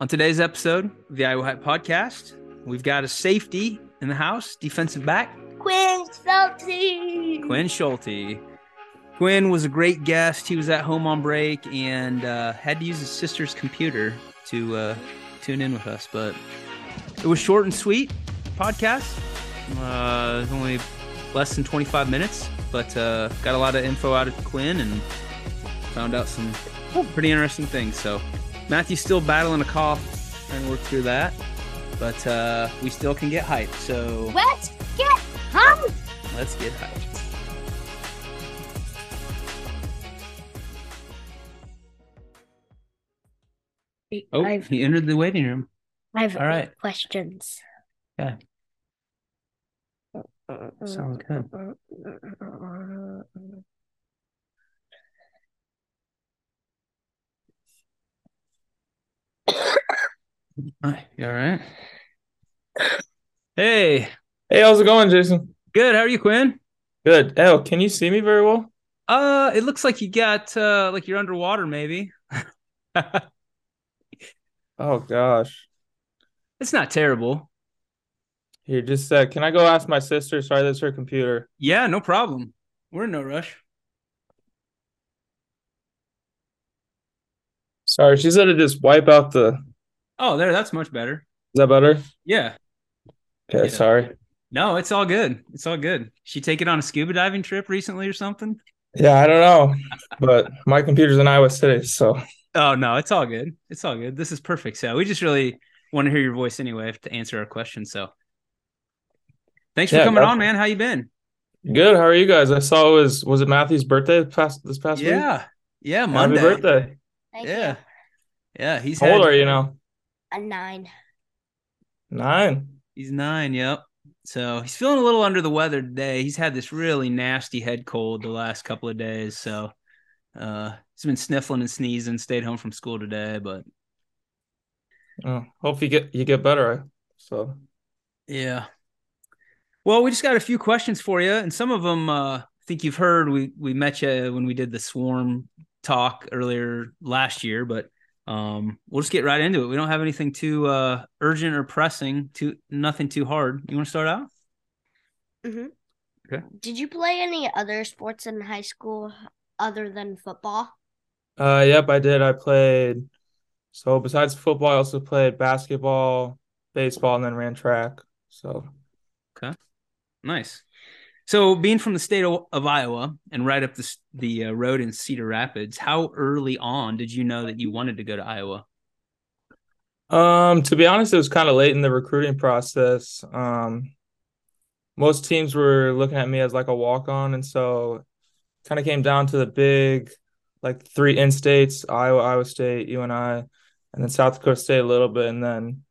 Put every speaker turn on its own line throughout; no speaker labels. On today's episode of the Iowa Hype Podcast, we've got a safety in the house, defensive back,
Quinn Salty.
Quinn Schulte. Quinn was a great guest. He was at home on break and uh, had to use his sister's computer to uh, tune in with us, but it was short and sweet podcast. Uh, it was only less than 25 minutes, but uh, got a lot of info out of Quinn and found out some pretty interesting things. So Matthew's still battling a cough, trying to work through that, but uh, we still can get hyped. So
Let's get hungry.
let's get hyped. Oh,
I've
he entered the waiting room.
I've
all right.
questions.
Yeah. Sounds good. Hi, you all right? Hey,
Hey, how's it going, Jason?
good. How are you, Quinn?
Good. L, can you see me very well?
Uh, it looks like you got uh like you're underwater maybe.
Oh gosh.
It's not terrible.
Here, just uh, can I go ask my sister? Sorry, that's her computer.
Yeah, no problem. We're in no rush.
Sorry, she said to just wipe out the. Is
Oh, there, that's much better.
that better?
Yeah.
Okay,
Yeah.
sorry.
No, it's all good. It's all good. She take it on a scuba diving trip recently or something?
Yeah, I don't know, but my computer's in Iowa City, so
Oh, no, it's all good. It's all good. This is perfect. So, we just really want to hear your voice anyway to answer our questions. So, thanks for
Yeah,
coming on,
definitely.
man. How you been?
good. How are you guys? I saw it was was it Matthew's birthday past this past week?
Yeah. Yeah,
Happy
Monday.
birthday.
Thank
Yeah. Yeah, he's
How old
had-
are you now?
you. A nine.
Nine.
He's 9, yep. So, he's feeling a little under the weather today. He's had this really nasty head cold the last couple of days, so uh he's been sniffling and sneezing, stayed home from school today, but
Oh, hope you get you get better. So
Yeah. Well, we just got a few questions for you, and some of them uh, I think you've heard. We we met you when we did the swarm talk earlier last year, but um, we'll just get right into it. We don't have anything too uh, urgent or pressing, too nothing too hard. You want to start out?
Did you play any other sports in high school other than football?
Uh, yep, I did. I played. So besides football, I also played basketball, baseball, and then ran track. So
Nice. So, being from the state of, of Iowa and right up the s- the uh, road in Cedar Rapids, how early on did you know that you wanted to go to Iowa?
Um, to be honest, it was kind of late in the recruiting process. Um, most teams were looking at me as like a walk-on, and so kind of came down to the big, like three in-states, Iowa, Iowa State, UNI, and then South Dakota State a little bit, and then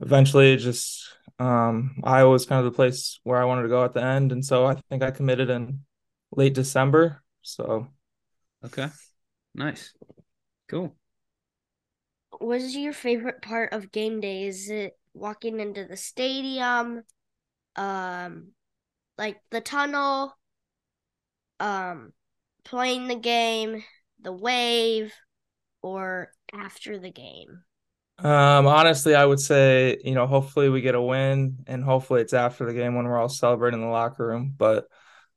eventually just um Iowa was kind of the place where I wanted to go at the end, and so I think I committed in late December. So
Okay. Nice. Cool.
What is your favorite part of game day? Is it walking into the stadium? Um like the tunnel, um playing the game, the wave, or after the game?
Um, honestly, I would say, you know, hopefully we get a win and hopefully it's after the game when we're all celebrating in the locker room. But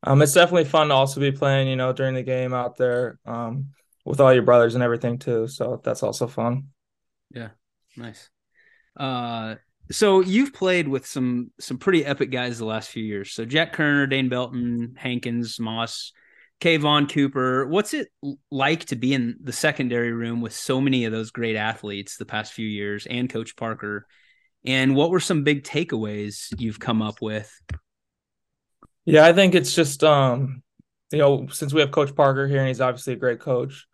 um it's definitely fun to also be playing, you know, during the game out there, um, with all your brothers and everything too. So that's also fun.
Nice. Uh, so you've played with some some pretty epic guys the last few years. So Jack Kerner, Dane Belton, Hankins, Moss, Kayvon Cooper. What's it l- like to be in the secondary room with so many of those great athletes the past few years, and Coach Parker? And what were some big takeaways you've come up with?
Yeah, I think it's just um, you know, since we have Coach Parker here and he's obviously a great coach,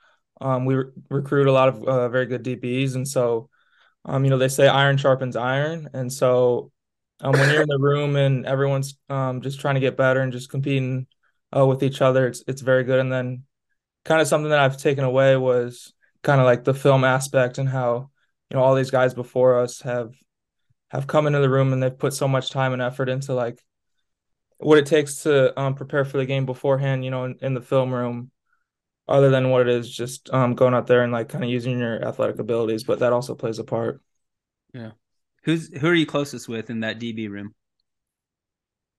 um, we re recruit a lot of uh, very good DBs, and so, um, you know, they say iron sharpens iron, and so, um, when you're in the room and everyone's um just trying to get better and just competing uh with each other, it's it's very good. And then, kind of something that I've taken away was kind of like the film aspect and how you know all these guys before us have have come into the room and they've put so much time and effort into like what it takes to um, prepare for the game beforehand, you know, in, in the film room. other than what it is just um going out there and like kind of using your athletic abilities, but that also plays a part.
Who's who are you closest with in that DB room?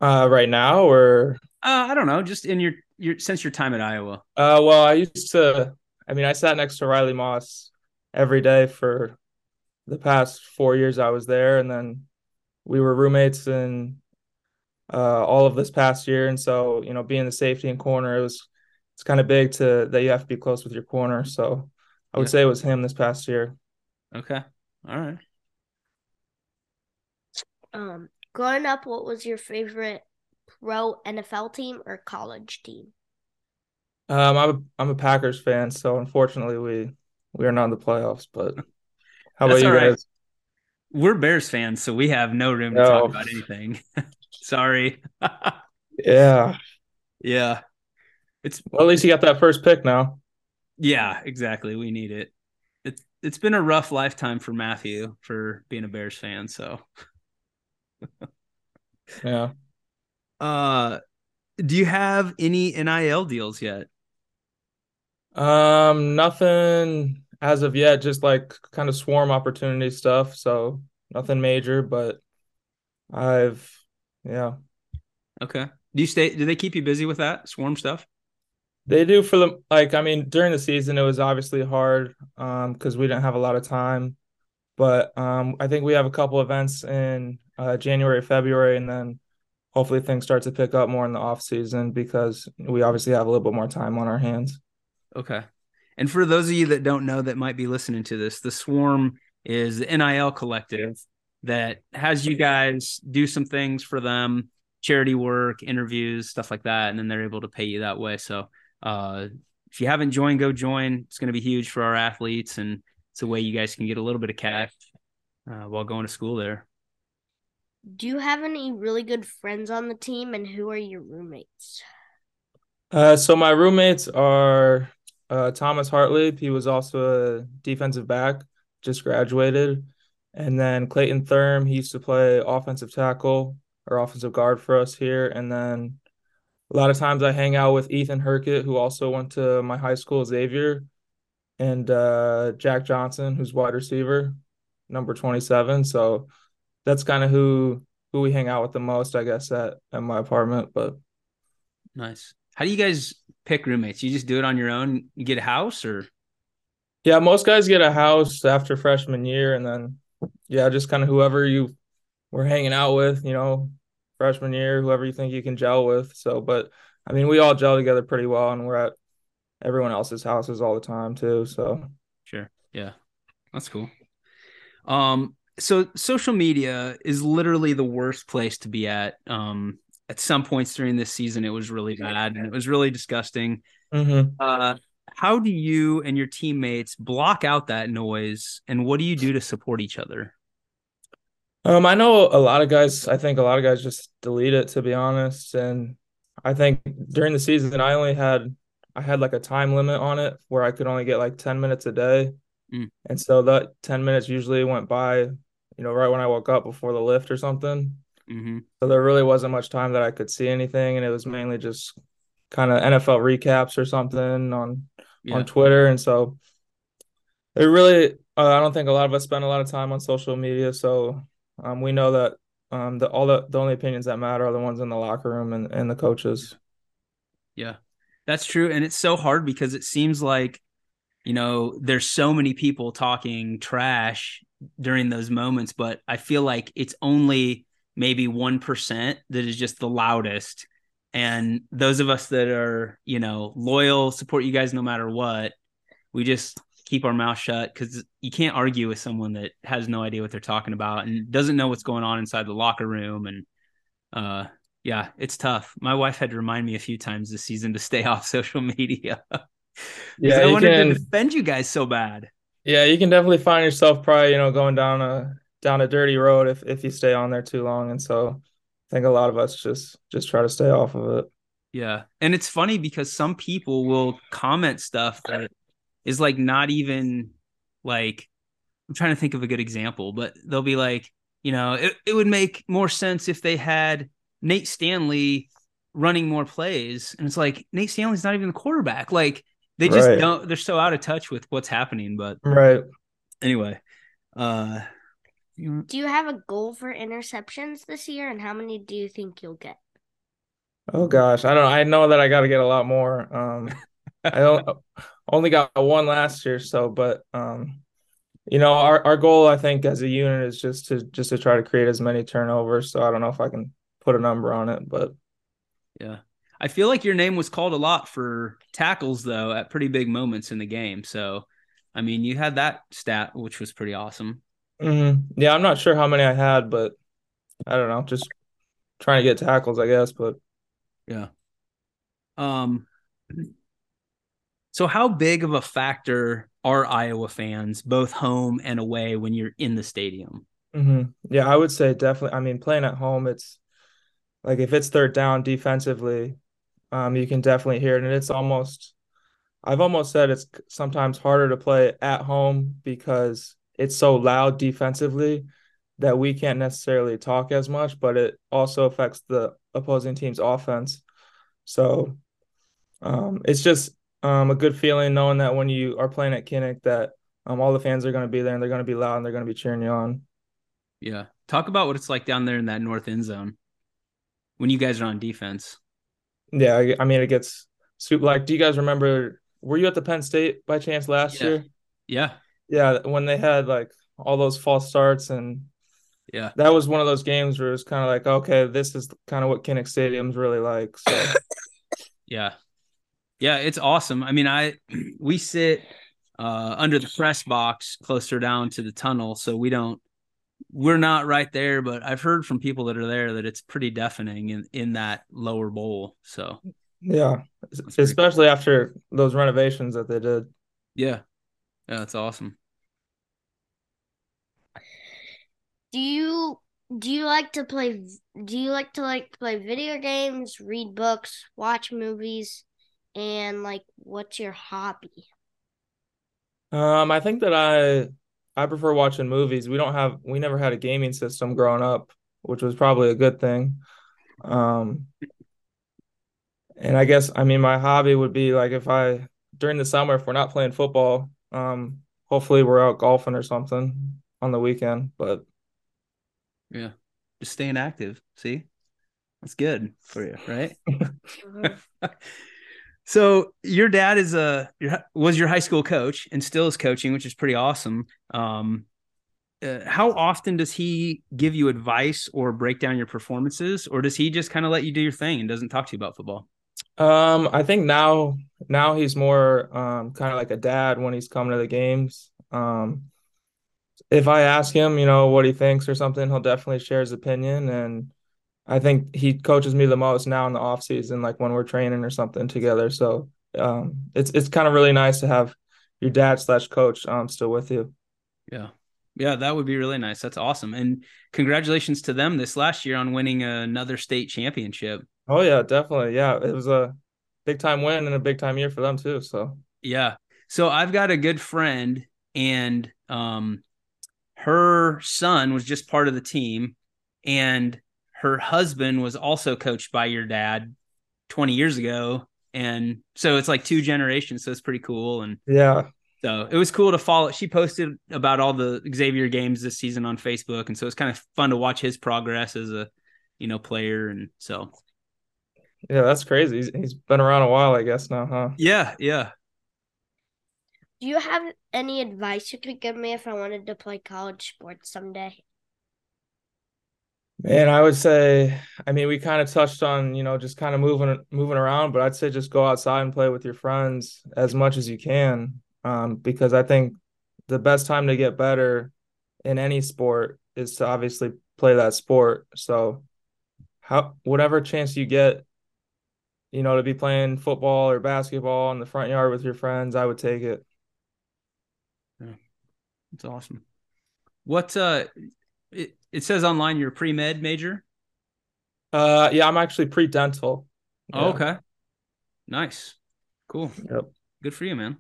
Uh right now or
Uh, I don't know. Just in your your since your time at Iowa.
uh well, I used to I mean, I sat next to Riley Moss every day for the past 4 years I was there and then we were roommates in uh all of this past year and so, you know, being the safety and corner it was it's kind of big to that you have to be close with your corner, so I would
Yeah.
say it was him this past year.
Okay. All right.
Um, growing up, what was your favorite pro NFL team or college team?
Um, I'm a, I'm a Packers fan, so unfortunately we we are not in the playoffs. But how
That's
about you
all right.
guys?
We're Bears fans, so we have no room to
No.
talk about anything. Sorry.
Yeah.
yeah.
Well, at least you got that first pick now.
Yeah, exactly. We need it. It's it's been a rough lifetime for Matthew for being a Bears fan, so
Yeah.
uh do you have any NIL deals yet?
Um, nothing as of yet. Just like kind of swarm opportunity stuff. So nothing major, but I've yeah.
Okay. Do you stay do they keep you busy with that swarm stuff?
They do for the like I mean during the season it was obviously hard um because we didn't have a lot of time, but um I think we have a couple events in uh January, February, and then hopefully things start to pick up more in the off season because we obviously have a little bit more time on our hands.
Okay. And for those of you that don't know that might be listening to this, the Swarm is the NIL collective that has you guys do some things for them, charity work, interviews, stuff like that, and then they're able to pay you that way. So uh, if you haven't joined, go join. It's going to be huge for our athletes, and it's a way you guys can get a little bit of cash uh, while going to school there.
Do you have any really good friends on the team, and who are your roommates?
Uh, so my roommates are uh, Thomas Hartley. He was also a defensive back, just graduated, and then Clayton Thurm. He used to play offensive tackle or offensive guard for us here. And then a lot of times I hang out with Ethan Herkett, who also went to my high school, Xavier, and uh, Jack Johnson, who's wide receiver, number twenty seven. So that's kind of who who we hang out with the most, I guess, at at my apartment, but.
Nice. How do you guys pick roommates? You just do it on your own? You get a house or?
Yeah, most guys get a house after freshman year, and then yeah, just kind of whoever you were hanging out with, you know, freshman year, whoever you think you can gel with. So, but I mean, we all gel together pretty well, and we're at everyone else's houses all the time too. So,
Sure. Yeah. That's cool. Um so social media is literally the worst place to be at. Um at some points during this season it was really bad and it was really disgusting.
Mhm.
Uh how do you and your teammates block out that noise and what do you do to support each other?
Um, I know a lot of guys, I think a lot of guys just delete it to be honest, and I think during the season I only had I had like a time limit on it where I could only get like 10 minutes a day.
Mm.
And so that 10 minutes usually went by, you know, right when I woke up before the lift or something.
Mm-hmm.
So there really wasn't much time that I could see anything and it was mainly just kind of NFL recaps or something on
Yeah.
on Twitter and so it really uh, I don't think a lot of us spend a lot of time on social media so um, we know that um, the all the, the only opinions that matter are the ones in the locker room and, and the coaches.
Yeah, that's true. And it's so hard because it seems like, you know, there's so many people talking trash during those moments, but I feel like it's only maybe 1% that is just the loudest. And those of us that are, you know, loyal, support you guys no matter what, we just keep our mouth shut because you can't argue with someone that has no idea what they're talking about and doesn't know what's going on inside the locker room. And, uh, yeah, it's tough. My wife had to remind me a few times this season to stay off social media.
Yeah,
because I
you
wanted
can-
to defend you guys so bad.
Yeah, you can definitely find yourself probably, you know, going down a down a dirty road if if you stay on there too long. And so I think a lot of us just just try to stay off of it.
Yeah. And it's funny because some people will comment stuff that is like not even like I'm trying to think of a good example, but they'll be like, you know, it, it would make more sense if they had Nate Stanley running more plays. And it's like Nate Stanley's not even the quarterback. Like They just
Right.
don't. They're so out of touch with what's happening. But
Right.
anyway, uh, you-
Do you have a goal for interceptions this year, and how many do you think you'll get?
Oh gosh, I don't. I know that I got to get a lot more. Um, I don't, only got one last year, so but um, you know, our our goal I think as a unit is just to just to try to create as many turnovers. So I don't know if I can put a number on it, but
I feel like your name was called a lot for tackles though at pretty big moments in the game. So, I mean, you had that stat, which was pretty awesome.
mhm. yeah, I'm not sure how many I had, but I don't know. Just trying to get tackles, I guess. But
Um, so how big of a factor are Iowa fans, both home and away, when you're in the stadium?
hmm Yeah, I would say definitely. I mean, playing at home, it's like if it's third down defensively, um, you can definitely hear it, and it's almost. I've almost said it's c- sometimes harder to play at home because it's so loud defensively that we can't necessarily talk as much, but it also affects the opposing team's offense. So, um, it's just um a good feeling knowing that when you are playing at Kinnick that um all the fans are going to be there and they're going to be loud and they're going to be cheering you on.
Yeah, talk about what it's like down there in that north end zone when you guys are on defense.
Yeah, I, I mean it gets super. Like, do you guys remember? Were you at the Penn State by chance last
Yeah.
year?
Yeah,
Yeah, when they had like all those false starts, and
yeah.
that was one of those games where it was kind of like, okay, this is kind of what Kinnick Stadium's really like. So,
Yeah. Yeah, it's awesome. I mean, I we sit uh under the press box closer down to the tunnel, so we don't we're not right there, but I've heard from people that are there that it's pretty deafening in in that lower bowl. So,
yeah,
pretty cool.
especially after those renovations that they did.
yeah. Yeah, that's awesome.
Do you do you like to play do you like to like play video games, read books, watch movies, and like what's your hobby?
Um, I think that I I prefer watching movies. We don't have we never had a gaming system growing up, which was probably a good thing. Um, and I guess I mean my hobby would be like if I during the summer if we're not playing football, um, hopefully we're out golfing or something on the weekend. But
Just staying active, see? That's good for you, right? So your dad is a your, was your high school coach and still is coaching, which is pretty awesome. Um, uh, how often does he give you advice or break down your performances, or does he just kind of let you do your thing and doesn't talk to you about football?
um, I think now now he's more um kind of like a dad when he's coming to the games. Um, if I ask him, you know, what he thinks or something, he'll definitely share his opinion. And I think he coaches me the most now in the off season, like when we're training or something together. So um, it's it's kind of really nice to have your dad slash coach um still with you.
Yeah, yeah, that would be really nice. That's awesome, and congratulations to them this last year on winning another state championship.
Oh yeah, definitely. Yeah, it was a big time win and a big time year for them too. So
Yeah. So I've got a good friend and um her son was just part of the team and her husband was also coached by your dad 20 years ago and so it's like two generations so it's pretty cool and
yeah,
so it was cool to follow she posted about all the Xavier games this season on Facebook and so it's kind of fun to watch his progress as a you know player and so
yeah, that's crazy. He's, he's been around a while, I guess now, huh?
yeah yeah
Do you have any advice you could give me if I wanted to play college sports someday?
Man, I would say, I mean, we kind of touched on, you know, just kind of moving moving around, but I'd say just go outside and play with your friends as much as you can, um, because I think the best time to get better in any sport is to obviously play that sport. So, how whatever chance you get, you know, to be playing football or basketball in the front yard with your friends, I would take it.
That's awesome. What uh it, it says online you're a pre-med major.
Uh, yeah, I'm actually pre-dental.
Oh,
Yeah.
okay. Nice. Cool.
Yep.
Good for you, man.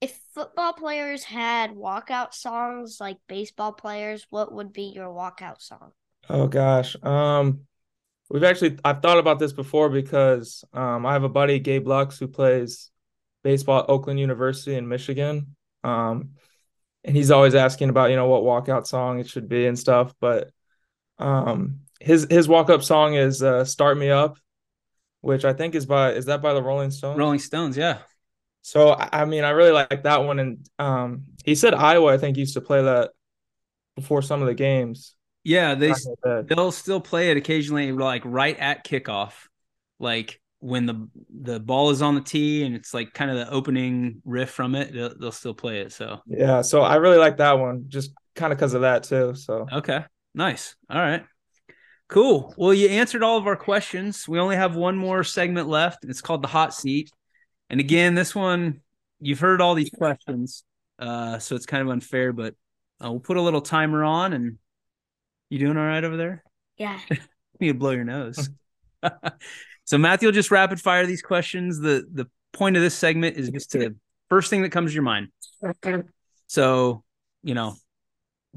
If football players had walkout songs like baseball players, what would be your walkout song?
Oh gosh. Um we've actually I've thought about this before because um I have a buddy, Gabe Lux, who plays baseball at Oakland University in Michigan. Um, and he's always asking about you know what walkout song it should be and stuff. But um, his his walk up song is uh, "Start Me Up," which I think is by is that by the Rolling Stones?
Rolling Stones, yeah.
So I mean, I really like that one. And um, he said Iowa, I think, used to play that before some of the games.
Yeah, they they'll still play it occasionally, like right at kickoff, like when the the ball is on the tee and it's like kind of the opening riff from it. They'll, they'll still play it. So
yeah, so I really like that one, just kind of because of that too. So
okay, nice, all right. Cool. Well, you answered all of our questions. We only have one more segment left, and it's called the hot seat. And again, this one you've heard all these questions, uh, so it's kind of unfair, but uh, we'll put a little timer on. And you doing all right over there?
Yeah.
you blow your nose. so Matthew will just rapid fire these questions. The the point of this segment is just to first thing that comes to your mind. So you know,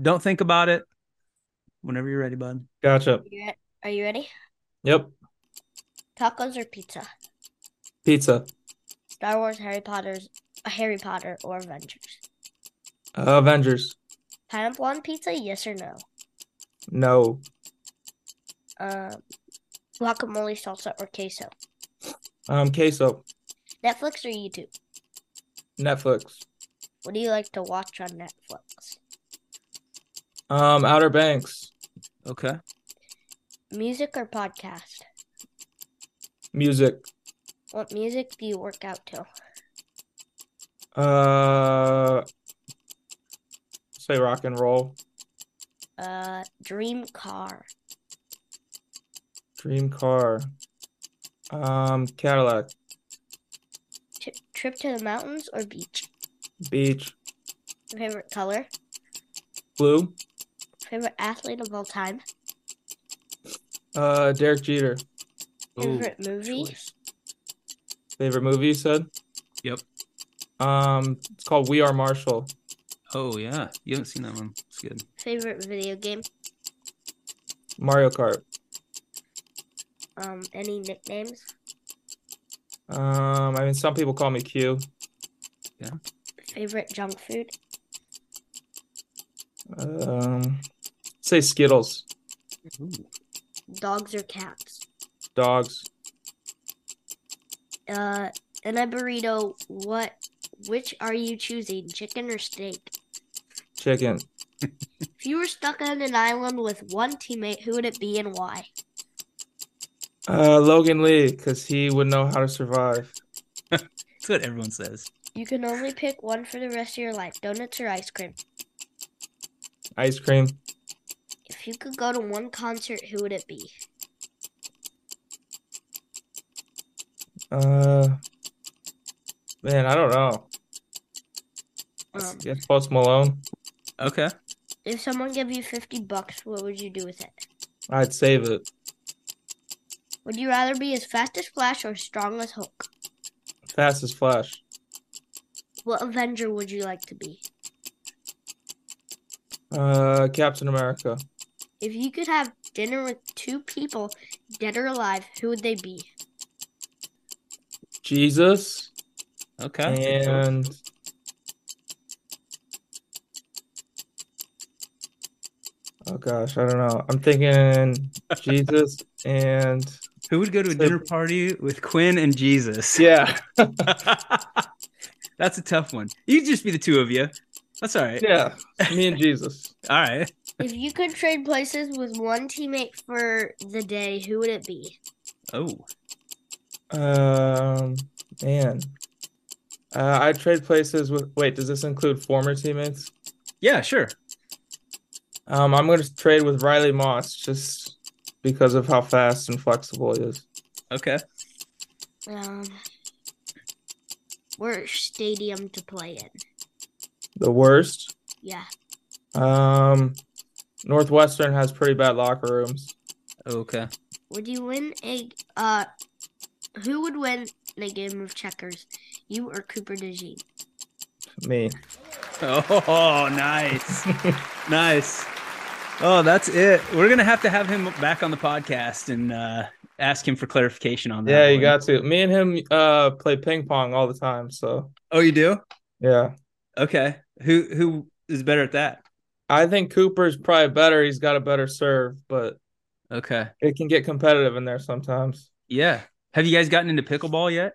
don't think about it. Whenever you're ready, bud.
Gotcha.
Are you ready?
Yep.
Tacos or pizza?
Pizza.
Star Wars, Harry Potter's, Harry Potter, or Avengers?
Uh, Avengers.
Pineapple on pizza? Yes or no?
No.
Um, guacamole, salsa, or queso?
Um, queso.
Netflix or YouTube?
Netflix.
What do you like to watch on Netflix?
Um, Outer Banks.
Okay.
Music or podcast?
Music.
What music do you work out to?
Uh, say rock and roll.
Uh, dream car.
Dream car. Um, Cadillac.
Tri- trip to the mountains or beach?
Beach.
Favorite color?
Blue.
Favorite athlete of all time?
Uh, Derek Jeter.
Favorite movie?
choice.
Favorite movie you said?
Yep.
Um, it's called We Are Marshall.
Oh yeah, you haven't seen that one. It's good.
Favorite video game?
Mario Kart.
Um, any nicknames?
Um, I mean, some people call me Q.
Favorite junk food?
Um, say Skittles.
Dogs or cats?
Dogs.
Uh, in a burrito, what? Which are you choosing, chicken or steak?
Chicken.
If you were stuck on an island with one teammate, who would it be and why?
Uh, Logan Lee, because he would know how to survive.
That's what everyone says.
You can only pick one for the rest of your life donuts or ice cream.
Ice cream.
If you could go to one concert, who would it be?
Uh, man, I don't know.
Um,
Yes, Post Malone.
Okay.
if someone gave you 50 bucks, what would you do with it?
I'd save it.
Would you rather be as fast as Flash or strong as Hulk?
Fast as Flash.
What Avenger would you like to be?
Uh, Captain America.
If you could have dinner with two people, dead or alive, who would they be?
Jesus
Okay.
and oh gosh, I don't know. I'm thinking Jesus and
Who would go to a
So-
dinner party with Quinn and Jesus?
yeah,
That's a tough one. You'd just be the two of you. That's all right.
yeah, me and Jesus.
All right.
If you could trade places with one teammate for the day, who would it be?
Oh,
Um, man, uh, I trade places with. Wait, does this include former teammates?
yeah, sure.
Um, I'm gonna trade with Riley Moss just because of how fast and flexible he is.
Okay.
Um, worst stadium to play in.
The worst.
Yeah.
Um, Northwestern has pretty bad locker rooms.
Okay.
Would you win a uh? Who would win in a game of checkers, you or Cooper DeJean?
Me.
Oh, nice. nice. Oh, that's it. We're going to have to have him back on the podcast and uh, ask him for clarification on that.
Yeah, you
one.
got to. Me and him uh play ping pong all the time. So
Oh, you do?
yeah,
Okay. Who who is better at that?
I think Cooper's probably better. He's got a better serve, but
Okay.
it can get competitive in there sometimes.
Yeah. Have you guys gotten into pickleball yet?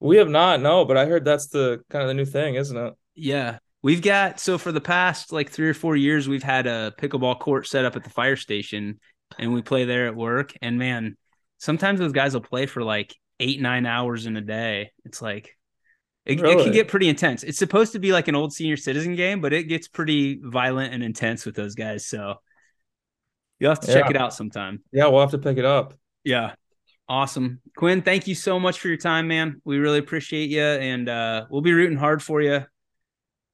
We have not, no, but I heard that's the kind of the new thing, isn't it?
Yeah. We've got so for the past like three or four years, we've had a pickleball court set up at the fire station and we play there at work. And man, sometimes those guys will play for like eight, nine hours in a day. It's like it, it
Really?
can get pretty intense. It's supposed to be like an old senior citizen game, but it gets pretty violent and intense with those guys. So you'll have to check
Yeah.
it out sometime.
Yeah, we'll have to pick it up.
Yeah. Awesome. Quinn, thank you so much for your time, man. We really appreciate you. And uh, we'll be rooting hard for you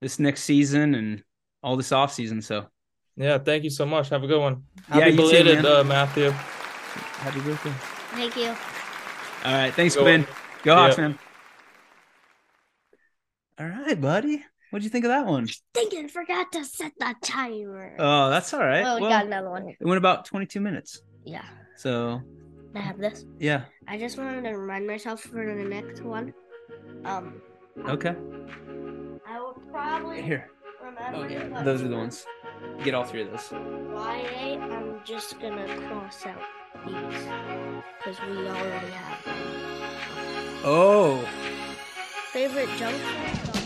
this next season and all this off season. So
Yeah, thank you so much. Have a good one.
Yeah,
Happy
you too,
belated,
man.
uh, Matthew.
happy birthday.
Thank you.
All right. Thanks,
Go
Quinn.
on.
Go Hawks,
Yeah.
man. All right, buddy. What'd you think of that one?
Thinking forgot to set the timer.
Oh, that's all right.
oh, we
Well,
got another one.
it went about 22 minutes.
Yeah.
So,
I have this.
yeah.
I just wanted to remind myself for the next one. Um,
Okay.
I will probably
Here.
remember.
Oh, yeah.
but
Those are the ones. Get all three of those.
YA, I'm just gonna cross out these because we already have them.
Oh.
Favorite junk food?